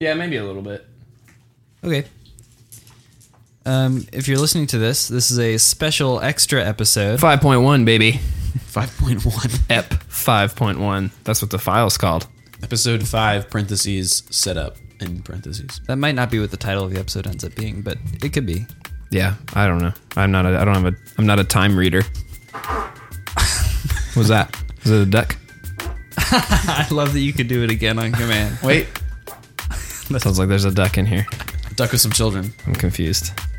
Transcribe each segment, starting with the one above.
Yeah, maybe a little bit. Okay. Um, if you're listening to this, this is a special extra episode. Five point one, baby. 5.1. Ep five point one. That's what the file's called. Episode 5, parentheses, setup, in parentheses. That might not be what the title of the episode ends up being, but it could be. Yeah, I don't know. I'm not. A, I don't have a. I'm not a time reader. What's that? Is it a duck? I love that you could do it again on command. Wait. That sounds like there's a duck in here. Duck with some children. I'm confused.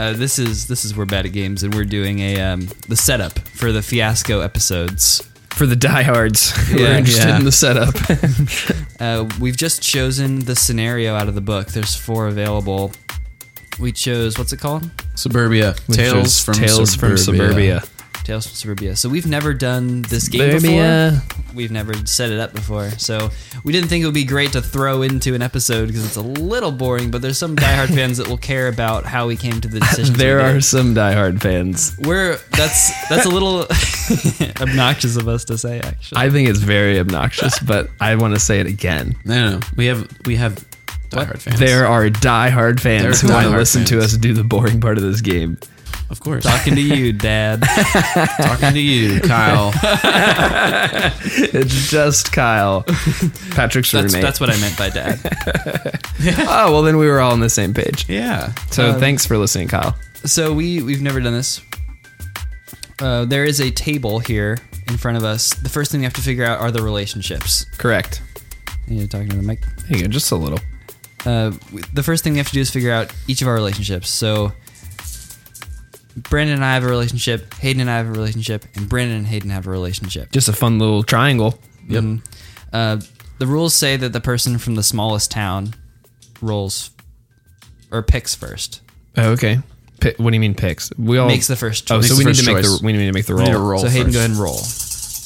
Uh, this is this is we're bad at games, and we're doing a um, the setup for the fiasco episodes. For the diehards who are Yeah, interested yeah. in the setup, Uh, we've just chosen the scenario out of the book. There's four available. We chose what's it called? Suburbia. Tales from Tales suburbia. from suburbia. Tales from Suburbia. So we've never done this game Suburbia. before. We've never set it up before. So we didn't think it would be great to throw into an episode because it's a little boring. But there's some diehard fans that will care about how we came to the decision. There are some diehard fans. We're that's that's a little obnoxious of us to say actually. I think it's very obnoxious, but I want to say it again. No, no, no. We have, we have diehard fans. There are diehard fans There who are want to diehard listen to fans. us do the boring part of this game. Of course. Talking to you, Dad. Talking to you, Kyle. It's just Kyle, Patrick's That's roommate. that's what I meant by Dad. oh well, then we were all on the same page. yeah. So thanks for listening, Kyle. So we we've never done this. Uh, there is a table here in front of us. The first thing we have to figure out are the relationships. Correct. You're talking to the mic. There you go, just a little. Uh, w- the first thing we have to do is figure out each of our relationships. So Brandon and I have a relationship. Hayden and I have a relationship, and Brandon and Hayden have a relationship. Just a fun little triangle. Yep. Mhm. Uh, the rules say that the person from the smallest town rolls or picks first, Oh, okay. Pi what do you mean picks? We all makes the first Oh, choice. so Makes we need the to first make choice. the we need to make the We roll. need to roll so Hayden, first. go ahead and roll.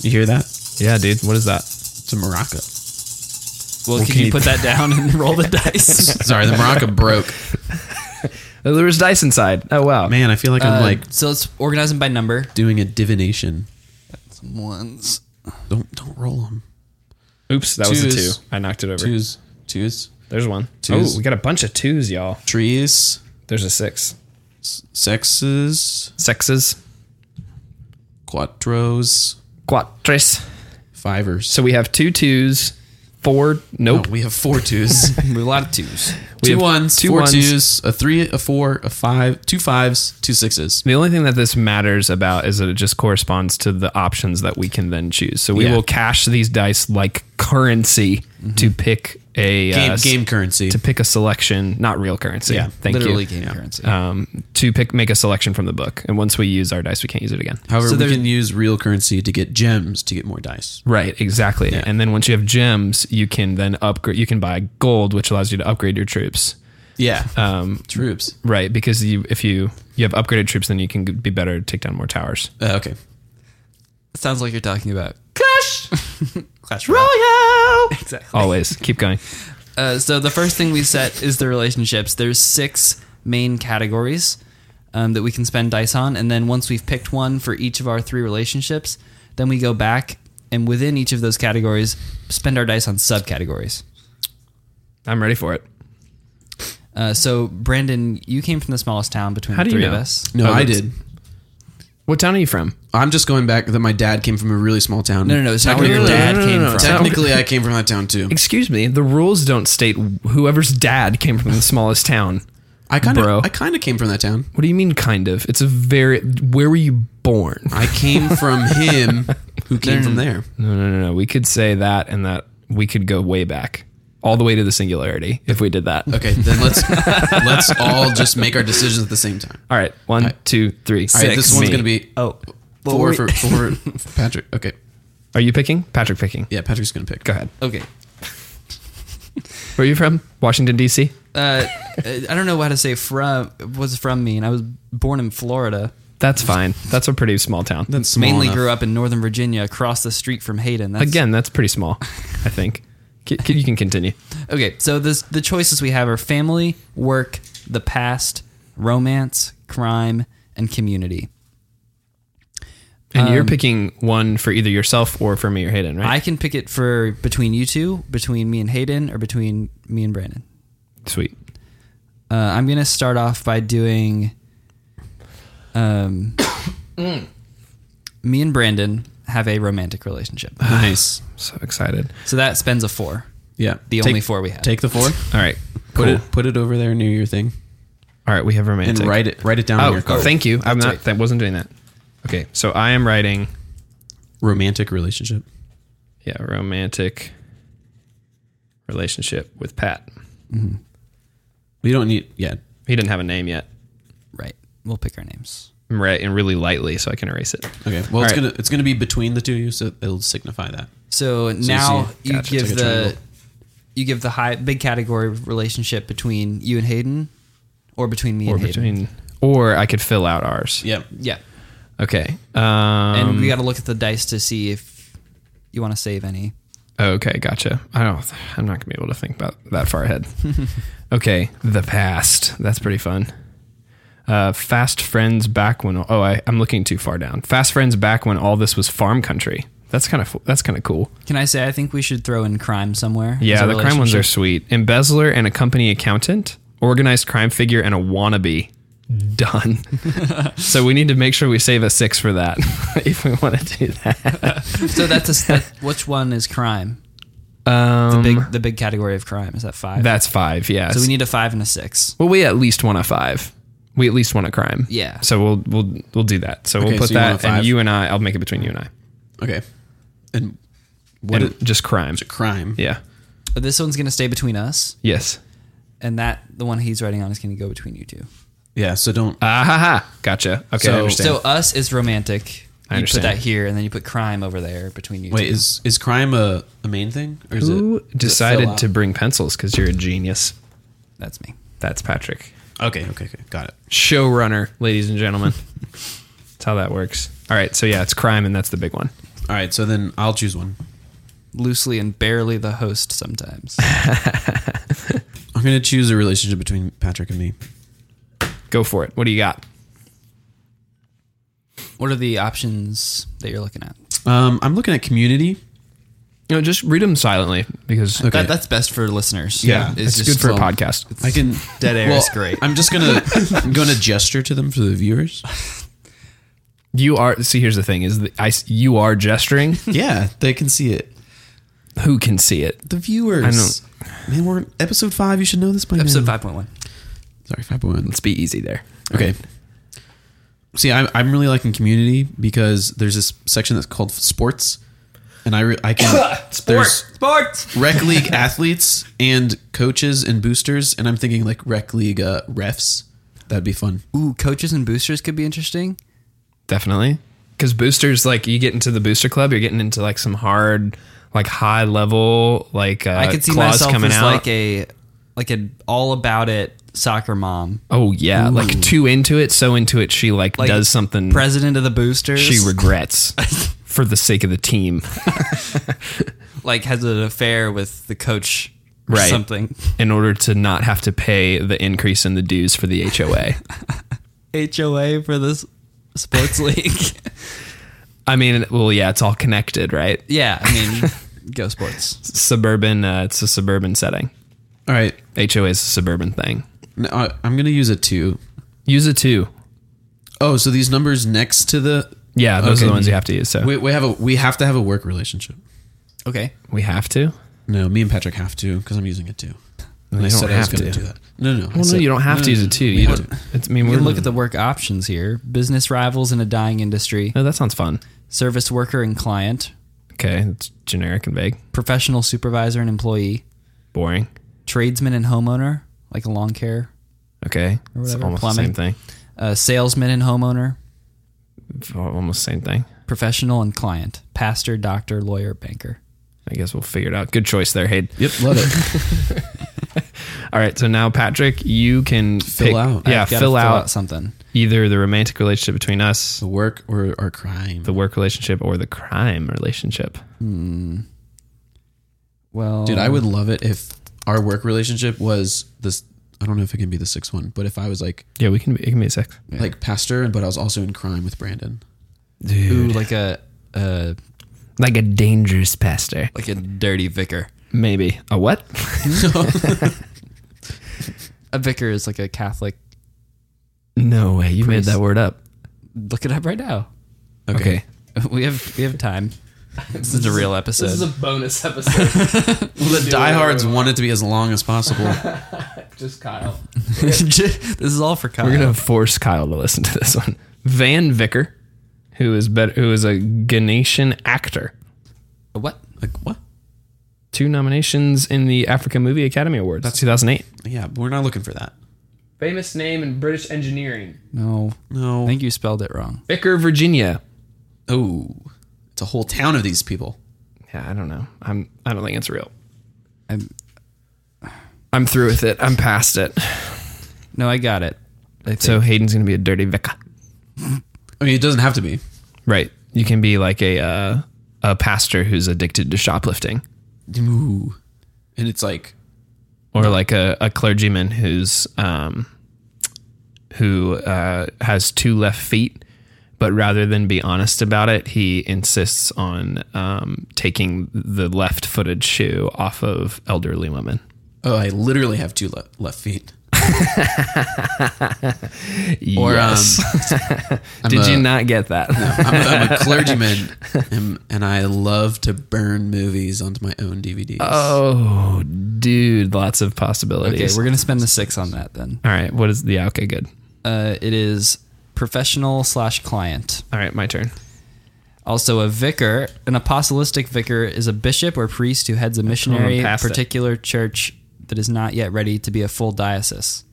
You hear that? Yeah, dude. What is that? It's a maraca. Well, Well, can can you you- put that down and roll the dice? Sorry, the maraca broke. Oh, there was dice inside. Oh wow. Man, I feel like I'm Uh, like so let's organize them by number. doing a divination. Some ones. Don't don't roll them. Oops, that was Twos. a two. I knocked it over. Twos, twos, There's one. Twos. Oh, we got a bunch of twos, y'all. trees, There's a six. sexes, Sexes. quattros, Quatres. fivers. So we have two twos, four. No, Nope. we have four twos. We have a lot of twos. We two have ones, two four ones. twos, a three, a four, a five, two fives, two sixes. The only thing that this matters about is that it just corresponds to the options that we can then choose. So we Yeah. Mm-hmm. will cash these dice like currency to pick a Game, uh, s- game currency. to pick a selection, not real currency. Yeah, thank Literally you. game currency. Um, to pick make a selection from the book, and once we use our dice, we can't use it again. However, so we there's- can use real currency to get gems to get more dice. Right, exactly. Yeah. And then once you have gems, you can then upgrade. You can buy gold, which allows you to upgrade your troops. Yeah, Um, Uh, troops. right, because you if you you have upgraded troops, then you can be better to take down more towers. Uh, okay, Sounds like you're talking about Clash. Clash Exactly. Always keep going. Uh, so the first thing we set is the relationships. There's six main categories um, that we can spend dice on, and then once we've picked one for each of our three relationships, then we go back and within each of those categories, spend our dice on subcategories. I'm ready for it. Uh, so Brandon, you came from the smallest town between How the do you three of know? us. no, Oh, I that's- did. What town are you from? I'm just going back that my dad came from a really small town. No, no, no, it's not where your Technically- dad no, no, came no, no, from. it's not- Technically, I came from that town too. Excuse me. The rules don't state whoever's dad came from the smallest town. I kind Bro. of, I kind of came from that town. What do you mean, kind of? It's a very. Where were you born? I came from him, who came from there. No, no, no, no. We could say that, and that we could go way back, all the way to the singularity, if we did that. Okay, then let's let's all just make our decisions at the same time. All right, one, two, three, six. All right, this one's gonna be Oh, well, four we- for four for Patrick. Okay, Are you picking? Patrick picking. yeah, Patrick's gonna pick. Go ahead. okay. Where are you from? Washington D.C. Uh, I don't know how to say from. Was from mean? I was born in Florida. That's fine. That's a pretty small town. That's small mainly enough. grew up in Northern Virginia, across the street from Hayden. That's, Again, that's pretty small. I think. C- c- You can continue. okay. So this, the choices we have are family, work, the past, romance, crime, and community. And you're picking one for either yourself or for me or Hayden, right? I can pick it for between you two, between me and Hayden, or between me and Brandon. Sweet. Uh, I'm gonna start off by doing. Um, me and Brandon have a romantic relationship, Nice. So excited. so that spends a four. Yeah. The Take- only four we have. Take the four. All right. Put cool. it put it over there near your thing All right. We have romantic. and write it write it down on Oh, your card. thank you. I'm not. That wasn't doing that. Okay. So I am writing. Romantic relationship. Yeah, romantic relationship with Pat. We don't need yeah. He didn't have a name yet. Right. We'll pick our names. I'm writing really lightly, so I can erase it. Okay. Well, it's right. gonna it's gonna be between the two of you, so it'll signify that. So now see- you, Gotcha, it's give like a the triangle. you give the high big category relationship between you and Hayden, or between me Or and Hayden. between, or I could fill out ours. Yeah. Yeah, Okay. Um, and we got to look at the dice to see if you want to save any. Oh, Okay, gotcha. I don't. I'm not gonna be able to think about that far ahead. okay, the past. That's pretty fun. Uh, fast friends back when. Oh, I, I'm looking too far down. Fast friends back when all this was farm country. That's kind of that's kind of cool. Can I say I think we should throw in crime somewhere? as Yeah, a the crime ones are relationship? sweet. Embezzler and a company accountant, organized crime figure, and a wannabe. Done. so we need to make sure we save a six for that if we want to do that. so that's a that, which one is crime? Um, Big the big category of crime is that five. that's five. Yeah. so we need a five and a six. Well, we at least want a five. We at least want a crime. Yeah. So we'll we'll we'll do that. So Okay, we'll put so you want that a and five? you and I. I'll make it between you and I. Okay. And what And is just crime? a crime? Yeah. But this one's gonna stay between us, Yes. and that the one he's writing on is gonna go between you two. Yeah. So don't. Ah ha ha. Gotcha. Okay. I So- understand. So us is romantic. I you put understand. that here, and then you put crime over there between you. wait. two. Is is crime a, a main thing or is Who it? does it fill decided out? to bring pencils? Because you're a genius. that's me. That's Patrick. Okay. Okay. Okay. Got it. Showrunner, ladies and gentlemen. that's how that works. All right. So yeah, it's crime, and that's the big one. All right. So then I'll choose one. Loosely and barely the host sometimes. I'm gonna choose a relationship between Patrick and me. Go for it. What do you got? what are the options that you're looking at? Um, I'm looking at community. No, just read them silently because Okay. That, that's best for listeners. yeah, Is it's, just good for a slow. podcast. I can Dead air is great. I'm just gonna I'm gonna gesture to them for the viewers. You are see. Here's the thing: is the, I s- you are gesturing. Yeah, they can see it. Who can see it? The viewers. I know. Man, we're in episode five. You should know this by Episode now. five point one. Sorry, five point one. Let's be easy there. Okay. See, I'm I'm really liking community because there's this section that's called sports, and I re- I can there's Sports. rec league athletes and coaches and boosters, and I'm thinking like rec league uh, refs. That'd be fun. Ooh, coaches and boosters could be interesting. Definitely. Because boosters, like you get into the booster club, you're getting into like some hard, like high level, like uh, I could see claws myself coming as out. like a like an all about it soccer mom, oh yeah, like too into it, so into it, she like, Like does something president of the boosters. she regrets for the sake of the team, like has an affair with the coach, or Right. Something. in order to not have to pay the increase in the dues for the HOA. HOA for this sports league. I mean, well, yeah, it's all connected, right? yeah, I mean, go sports. Suburban, uh, it's a suburban setting. All right, HOA is a suburban thing. No, I, uh, I'm gonna use a two. Use it too. Oh, so these numbers next to the Yeah, those are Okay. the ones you have to use. So we, we have a we have to have a work relationship. Okay. we have to. No, me and Patrick have to because I'm using it too. And You I don't said I was have gonna to. do that. No, no. I Well, no, said- you don't have no, to no, use no, it too. we You have don't- to. It's, I mean, We we're can look at the work options here. Business rivals in a dying industry, No, that sounds fun. service worker and client, Okay, it's generic and vague, professional supervisor and employee, boring. tradesman and homeowner, like a lawn care, Okay, it's whatever, almost plumbing. the same thing. uh, salesman and homeowner, It's al- Almost the same thing. professional and client, pastor, doctor, lawyer, banker. I guess we'll figure it out. Good choice there, Hayden. Yep, love it. All right, so now Patrick, you can Fill pick- out. Yeah, I've fill, gotta out, something. either the romantic relationship between us, the work or our crime. the work relationship, or the crime relationship. Well, Dude, I would love it if our work relationship was this. I don't know if it can be the sixth one, but if I was like Yeah, we can. It can be a sex. like pastor, but I was also in crime with Brandon. Ooh, like a, a Like a dangerous pastor. like a dirty vicar. Maybe. A what? A vicar is like a Catholic. No way. You Priest. made that word up. Look it up right now. Okay. We have we have time. This is a real episode. This is a bonus episode. The diehards want it to be as long as possible. Just Kyle. this is all for Kyle. We're gonna force Kyle to listen to this one. Van Vicker, who is better, who is a Ghanaian actor. what? Like what? Two nominations in the African Movie Academy Awards. That's 2008. Yeah, we're not looking for that. Famous name in British engineering. No, I No. think you spelled it wrong. Vicker, Virginia. Oh, it's a whole town of these people. Yeah, I don't know. I'm. I don't think it's real. I'm, I'm through with it. I'm past it. no, I got it. I think. So Hayden's gonna be a dirty vicar. I mean, it doesn't have to be. Right. You can be like a uh, a pastor who's addicted to shoplifting, Ooh. And it's like, or like a, a clergyman who's um, who uh, has two left feet, but rather than be honest about it, he insists on um, taking the left-footed shoe off of elderly women. oh, I literally have two le- left feet. Or um, I'm um, did a- you not get that? I'm, a- I'm a clergyman, and, and I love to burn movies onto my own DVDs. Oh, dude, lots of Okay, possibilities. we're gonna spend the six on that then. All right, what is the yeah, okay? Good. Uh, it is professional slash client. All right, my turn. Also, a vicar, an apostolistic vicar, is a bishop or priest who heads a missionary past it. particular church that is not yet ready to be a full diocese.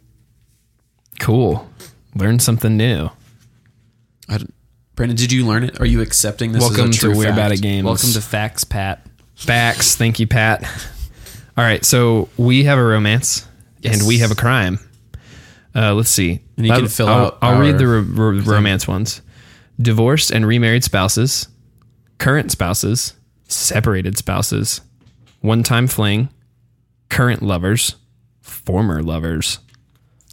Cool. Learn something new. I don't- Brandon, did you learn it? Are you accepting this? Welcome as to a true We're fact? Bad at Games. Welcome to Facts, Pat. Facts. Thank you, Pat. All right, so we have a romance Yes. and we have a crime. Uh, let's see. And you I'll- can fill I'll, out I'll read our the ro- ro- romance ones. Divorced and remarried spouses, current spouses, separated spouses, one-time fling, current lovers, former lovers.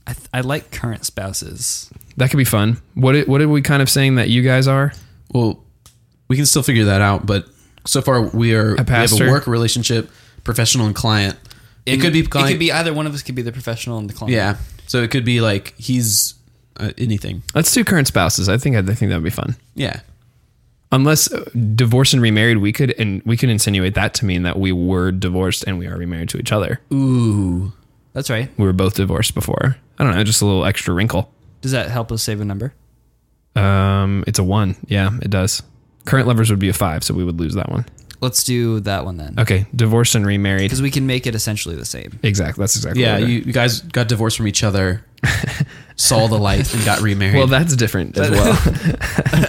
I, th- I like current spouses. That could be fun. What i- what are we kind of saying that you guys are? Well, we can still figure that out, but so far we are we have pastor? a work relationship, professional and client. it And could be It client. could be either one of us. Could be the professional and the client. yeah. So it could be like he's uh, anything. Let's do current spouses. I think I think that would be fun. Yeah. Unless uh, divorced and remarried, we could and we could insinuate that to mean that we were divorced and we are remarried to each other. Ooh. that's right. We were both divorced before. I don't know, just a little extra wrinkle. Does that help us save a number? Um, it's a one. Yeah, it does. Current lovers would be a five, so we would lose that one. Let's do that one then, Okay, divorced and remarried. because we can make it essentially the same. Exactly. That's exactly. Yeah. what we're You, you guys got divorced from each other, saw the light, and got remarried. doing. well, that's different as well.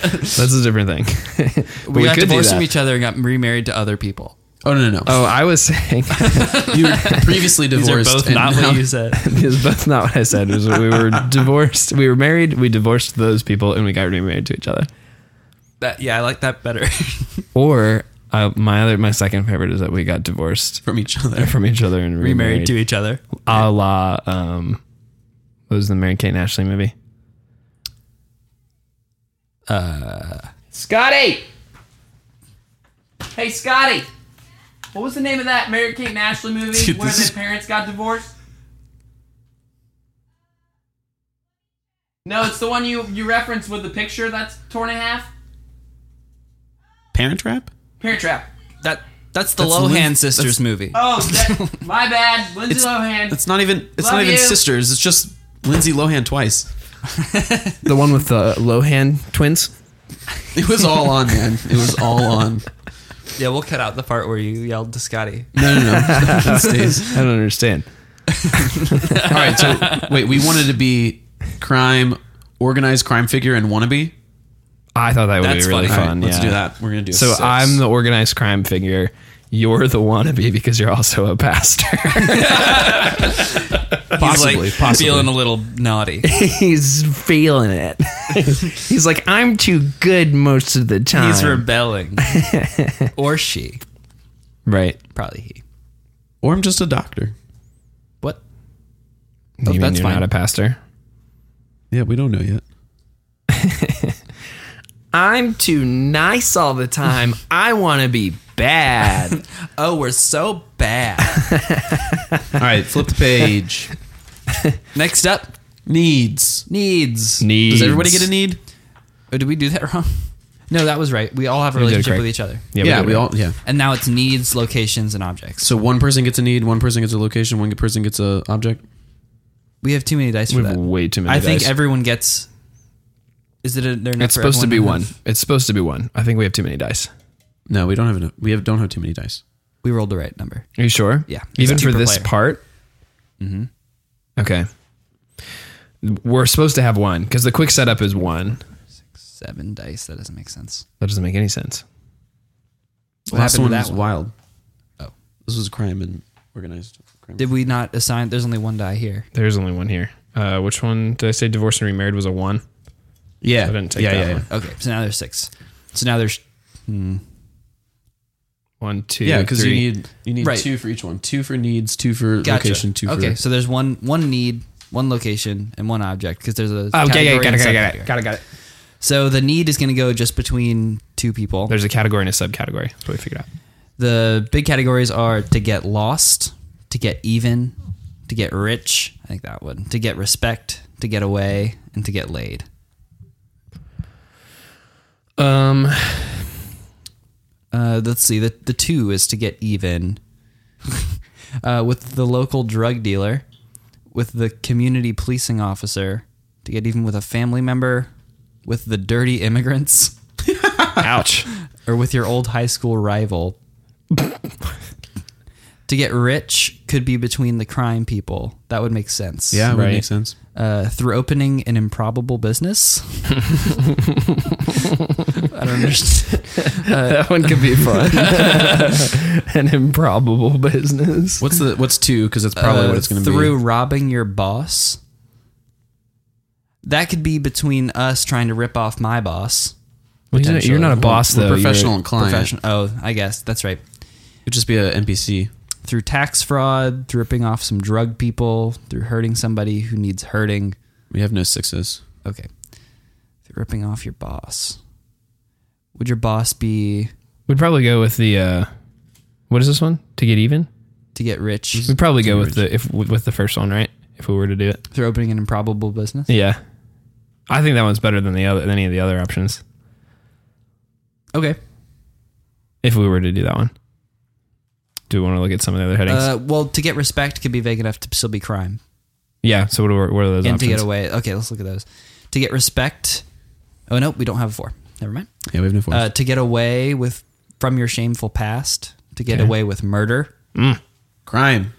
that's a different thing. But We, got could do divorced that. from each other and got remarried to other people. oh no no no. Oh, I was saying you were previously These are divorced. both and not now- what you said. Because that's not what I said. It was we were divorced. We were married. We divorced those people, and we got remarried to each other. That yeah, I like that better. Or uh, my other, my second favorite is that we got divorced from each other. from each other and Remarried remarried, to each other. a la um, what was the Mary Kate and Ashley movie? Scotty! Hey, Scotty! What was the name of that Mary Kate and Ashley movie Dude, where this the is- parents got divorced? No, it's the one you, you referenced with the picture that's torn in half. Parent trap. Parent Trap. That that's the That's Lohan Lin- sisters movie. Oh, that, my bad. Lindsay Lohan. It's not even. It's Love not even you. sisters. It's just Lindsay Lohan twice. The one with the Lohan twins. It was all on, man. It was all on. Yeah, we'll cut out the part where you yelled to Scotty. No, no, no. It stays. I don't understand. All right. So wait, we wanted to be crime, organized crime figure, and wannabe. I thought that would That's be really fun. funny. All right, let's yeah. do that. We're gonna do. a So six. i I'm the organized crime figure. You're the wannabe because you're also a pastor. possibly, He's like possibly. feeling a little naughty. He's feeling it. He's like, I'm too good most of the time. He's rebelling, or she, right. probably he. or I'm just a doctor. What? You mean Oh, that's you're fine. not a pastor? Yeah, we don't know yet. I'm too nice all the time. I want to be bad. Oh, we're so bad. All right, flip the page. Next up, Needs. needs. Needs. Does everybody get a need? Oh, did we do that wrong? No, that was right. We all have a did relationship great. with each other. Yeah, yeah, did we it. all. Yeah. And now it's needs, locations, and objects. So one person gets a need, one person gets a location, one person gets a object. We have too many dice for We have that. way too many. I think dice. everyone gets. Is it a, they're not it's for supposed to be everyone? one. It's supposed to be one. I think we have too many dice. No, we don't have enough. We have don't have too many dice. We rolled the right number. Are you sure? Yeah, it's Even two for per this player. part. Mm-hmm. Okay. We're supposed to have one because the quick setup is one. Seven dice. That doesn't make sense. That doesn't make any sense. What Last happened to one that was one? wild. Oh. this was crime and organized crime. Did we not assign? There's only one die here. There's only one here. Uh, which one did I say? Divorce and remarried was a one. yeah, I didn't take yeah, that yeah, one. Okay, so now there's six. So now there's One, two, yeah. Because you three. need you need Right. two for each one. Two for needs, two for gotcha. location, two for okay. So there's one one need, one location, and one object because there's a. Oh, yeah, yeah, category got it, got and it, got subcategory. it, got it, got it. So the need is going to go just between two people. There's a category and a subcategory. That's what we figured out. The big categories are to get lost, to get even, to get rich. I think that one. To get respect, to get away, and to get laid. Um, Uh, let's see. The the two is to get even uh, with the local drug dealer, with the community policing officer, to get even with a family member, with the dirty immigrants, ouch. or with your old high school rival. to get rich could be between the crime people. That would make sense. yeah, would Right. make sense. Uh, through opening an improbable business. I don't understand. that one could be fun. An improbable business. What's the what's two? Because that's probably uh, what it's going to be. through robbing your boss. That could be between us trying to rip off my boss. you're, not, you're not a Potentially. boss We're though. You're- professional and client. Profession. Oh, I guess that's right. It'd just be an NPC. Through tax fraud, through ripping off some drug people, through hurting somebody who needs hurting. We have no sixes. Okay, through ripping off your boss. Would your boss be We'd probably go with the. Uh, what is this one? To get even. to get rich Mm-hmm. We'd probably go with the if with with the first one, right? If we were to do it. through opening an improbable business? Yeah. I think that one's better than the other than any of the other options. Okay. If we were to do that one. Do we want to look at some of the other headings? Uh, well, to get respect could be vague enough to still be crime. yeah. So what are, what are those and options? to get away. Okay, let's look at those. To get respect. Oh no, we don't have a four. Never mind. Yeah, we have no fours. Uh, to get away with from your shameful past. To get away with murder. crime.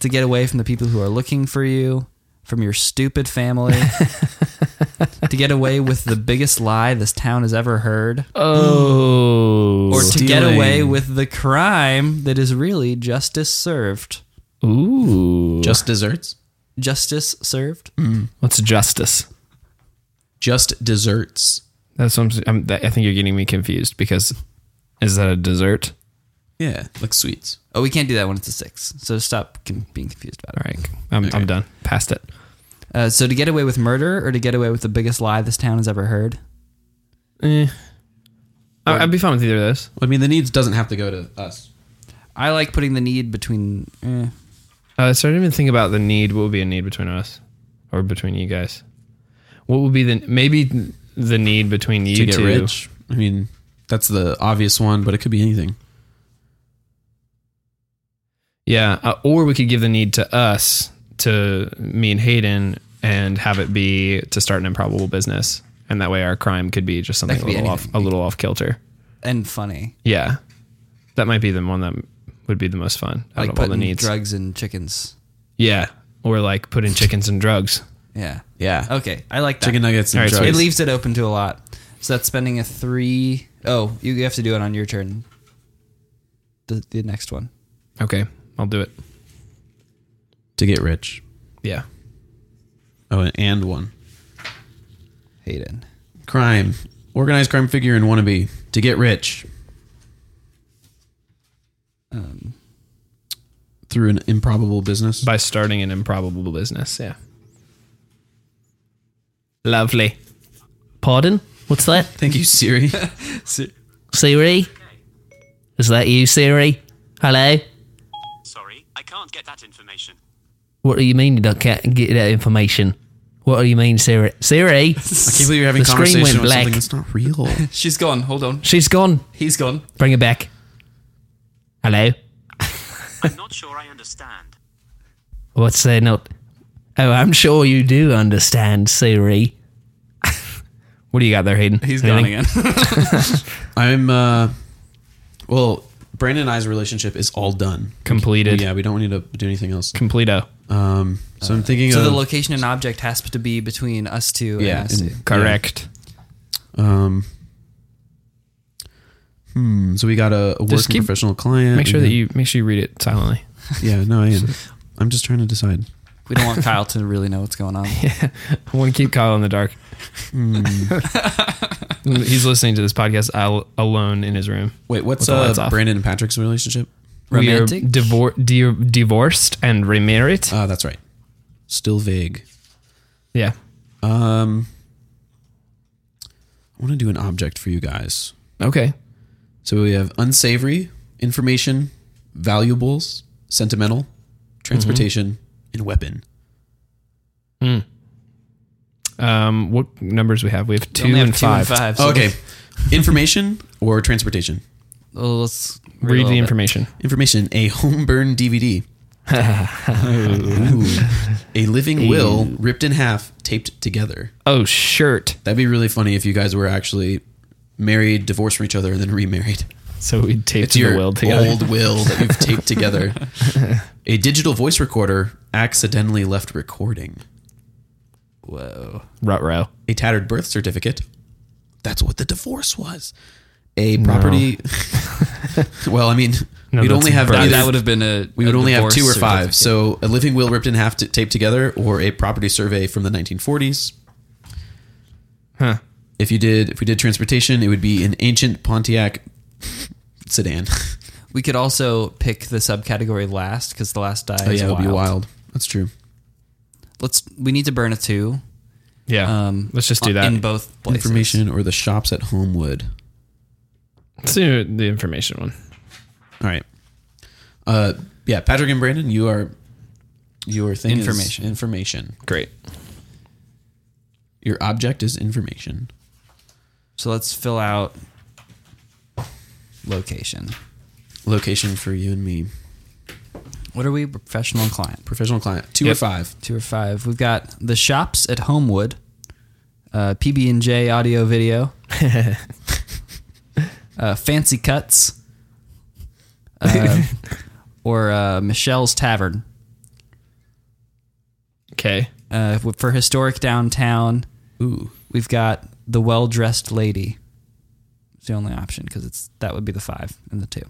To get away from the people who are looking for you. From your stupid family. to get away with the biggest lie this town has ever heard. Oh. or to get stealing. away with the crime that is really justice served. Ooh. Just desserts. Justice served? Hmm. What's justice? Just desserts. That's what I'm, I'm, that, I think you're getting me confused because is that a dessert? Yeah, like sweets. Oh, we can't do that when it's a six. So stop con- being confused about it. All right. I'm, I'm done. Past it. Uh, so to get away with murder or to get away with the biggest lie this town has ever heard? Eh. I, I'd be fine with either of those. I mean, the needs doesn't have to go to us. I like putting the need between. Eh. Uh, so I didn't even think about the need. What would be a need between us or between you guys? What would be the maybe the need between you to get two? rich. I mean, that's the obvious one, but it could be anything. Yeah. Uh, or we could give the need to us, to me and Hayden, and have it be to start an improbable business. And that way our crime could be just something could a be little, off, anything. a little off kilter. and funny. Yeah. That might be the one that would be the most fun out Like of all the putting needs. drugs and chickens. yeah. Or like put in chickens and drugs. Yeah. Yeah. Okay. I like that. Chicken nuggets and All right, drugs. It leaves it open to a lot. So that's spending a three oh you have to do it on your turn. The, the next one. Okay. I'll do it. to get rich. Yeah. Oh, and- and one. Hayden. Crime. Organized crime figure and wannabe. To get rich. Um, Through an improbable business. by starting an improbable business. Yeah. Lovely. Pardon? What's that? Thank you, Siri. Siri? Is that you, Siri? Hello? Sorry, I can't get that information. What do you mean you don't get, get that information? What do you mean, Siri? Siri? I can't believe you're having a The screen conversation went with black. something that's not real. She's gone. Hold on. She's gone. He's gone. Bring her back. Hello? I'm not sure I understand. What's there not? Oh, I'm sure you do understand, Siri. What do you got there, Hayden? He's Anything? gone again. I'm uh well, Brandon and I's relationship is all done. Completed. Yeah, we don't need to do anything else. Completo. Um so I'm thinking Uh, so of the location and object has to be between us two yeah, and us and- two. Correct. yeah. Um Hmm, so we got a, a working Just keep- professional client. Make sure we that you make sure you read it silently. got- Yeah, no, I am. I'm just trying to decide. We don't want Kyle to really know what's going on. I want to keep Kyle in the dark. He's listening to this podcast al- alone in his room. Wait, what's With the lights uh off. Brandon and Patrick's relationship? Romantic? We are divor- di- divorced and remarried. Ah, that's right. Still vague. yeah. Um I want to do an object for you guys. Okay. So we have unsavory, information, valuables, sentimental, Mm-hmm. transportation, and weapon. Um, what numbers we have? We have two, We only have and, five. so okay. information or transportation? Well, let's read, a Read little the bit. information. Information, a home burn DVD. Ooh. A living will ripped in half, taped together. Oh, shirt. That'd be really funny if you guys were actually married, divorced from each other, and then remarried. So we taped It's the your will together. old will that you've taped together. a digital voice recorder accidentally left recording. Whoa. Rut row. a tattered birth certificate. That's what the divorce was. A property. well, I mean, No, we'd that's only have birth. That, either, that would have been a. we would a only have two or divorce five. certificate. So a living will ripped in half t- taped together, or a property survey from the 1940s. Huh. If you did, if we did transportation, it would be an ancient Pontiac sedan. we could also pick the subcategory last because the last die Oh is yeah, it wild. would be wild. That's true. Let's. We need to burn a two. Yeah. Um, Let's just do on- that. in both places. Information or the shops at Homewood. Let's do the information one. All right. Uh, yeah, Patrick and Brandon, you are your thing is Information. information. Great. Your object is information. So let's fill out location. Location for you and me. What are we? Professional and client. Professional client. Two Yep. or five. Two or five. We've got the shops at Homewood, uh, PB and J Audio Video, uh, Fancy Cuts, uh, or uh, Michelle's Tavern Okay. uh, for historic downtown. Ooh. We've got the well dressed lady. It's the only option because it's that would be the five and the two.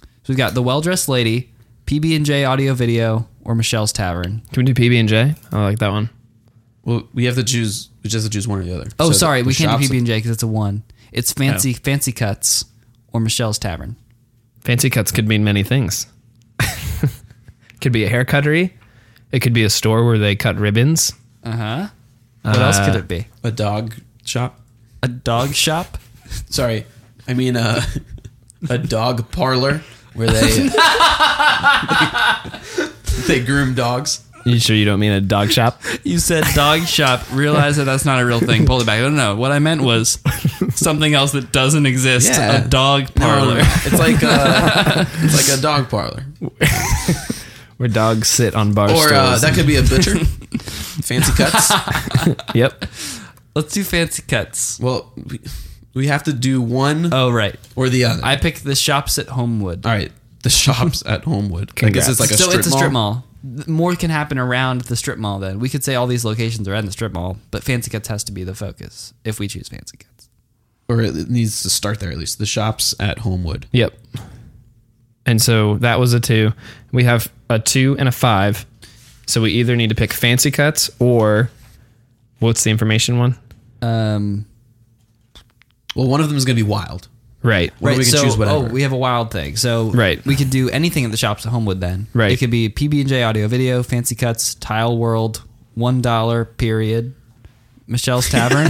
So we've got the well dressed lady, PB and J Audio Video, or Michelle's Tavern. Can we do PB and J? I like that one. Well, we have to choose. We just have to choose one or the other. Oh, So sorry, the- we the can't do shops- Oh. PB and J because it's a one. It's fancy fancy cuts or Michelle's Tavern. Fancy cuts could mean many things. could be a hair cuttery. It could be a store where they cut ribbons. Uh Uh-huh. huh. What else Uh, could it be? A dog shop. A dog shop. Sorry, I mean uh, a dog parlor where they they groom dogs. You sure you don't mean a dog shop? You said dog shop. Realize that that's not a real thing. Pull it back. No, no, no. What I meant was something else that doesn't exist. Yeah. A dog No, parlor. It's like a, it's like a dog parlor. Where dogs sit on bar stools. Or uh, that could be a butcher. Fancy cuts. yep. Let's do fancy cuts. Well, we, we have to do one Oh right. or the other. I picked the shops at Homewood. All right, the shops at Homewood. I guess Congrats. it's like a so strip it's a mall. strip mall. Th- More can happen around the strip mall. Then we could say all these locations are in the strip mall, but Fancy Cuts has to be the focus if we choose Fancy Cuts. or it needs to start there at least. The shops at Homewood. Yep. And so that was a two. We have a two and a five. So we either need to pick fancy cuts or what's the information one? Um, Well, one of them is going to be wild. Right. Or we can so choose whatever. oh, we have a wild thing. So Right. we could do anything at the shops at Homewood. Then Right. it could be PB and J Audio Video, Fancy Cuts, Tile World, One Dollar Period, Michelle's Tavern.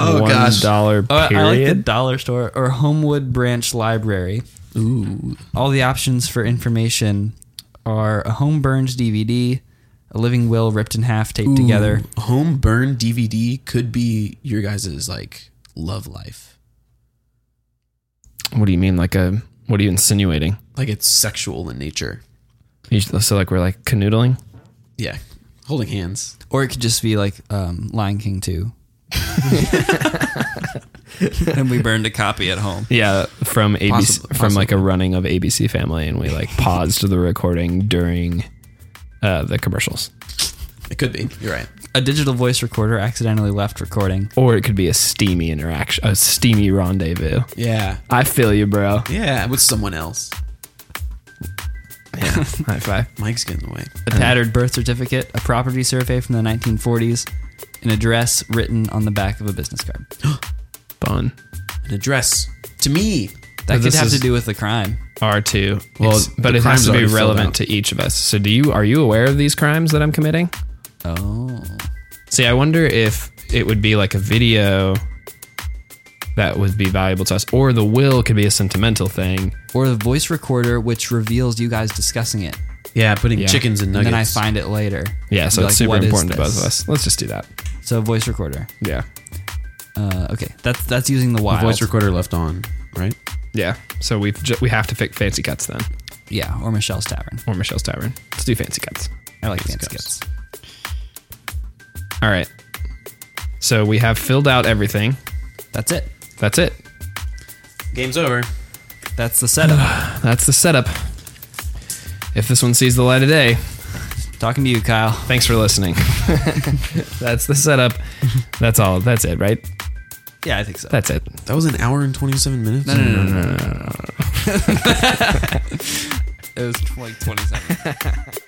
Oh gosh. dollar Oh, I like the period. dollar store or Homewood Branch Library. Ooh. All the options for information are a home burned DVD, a living will ripped in half taped together. Ooh, Home burn DVD could be your guys' like love life. what do you mean? Like a? What are you insinuating? Like it's sexual in nature. You- So like we're like canoodling. Yeah. Holding hands. Or it could just be like um, Lion King 2. and we burned a copy at home. Yeah, from ABC, Possibly- from like a running of ABC Family, and we like paused the recording during uh, the commercials. It could be. You're right. A digital voice recorder accidentally left recording. Or it could be a steamy interaction, a steamy rendezvous. Yeah. I feel you, bro. Yeah, with someone else. High five. Mike's getting away. A tattered birth certificate, a property survey from the 1940s, an address written on the back of a business card. Fun. An address to me. That could this have to is- do with the crime. R two. Well, It's- but the it has crime's to be already filled relevant out. to each of us. So, do you are you aware of these crimes that I'm committing? Oh. See, I wonder if it would be like a video that would be valuable to us, or the will could be a sentimental thing. Or the voice recorder, which reveals you guys discussing it. Yeah, putting chickens and And nuggets. then I find it later. Yeah, so Be it's like, super "What is important to this?" both of us. Let's just do that. So voice recorder. Yeah, Uh, okay, that's that's using the wild. voice recorder left on, right? yeah. So we've ju- we have to pick fancy cuts then, Yeah, or Michelle's Tavern. or Michelle's Tavern. Let's do fancy cuts. I like fancy cuts. All right. So we have filled out everything. That's it. That's it. Game's over. That's the setup. That's the setup. If this one sees the light of day, Talking to you, Kyle. thanks for listening. That's the setup. That's all. That's it, right? Yeah, I think so. That's it. That was an hour and 27 minutes. no, no, no, no, no, no, no. it was like twenty seconds.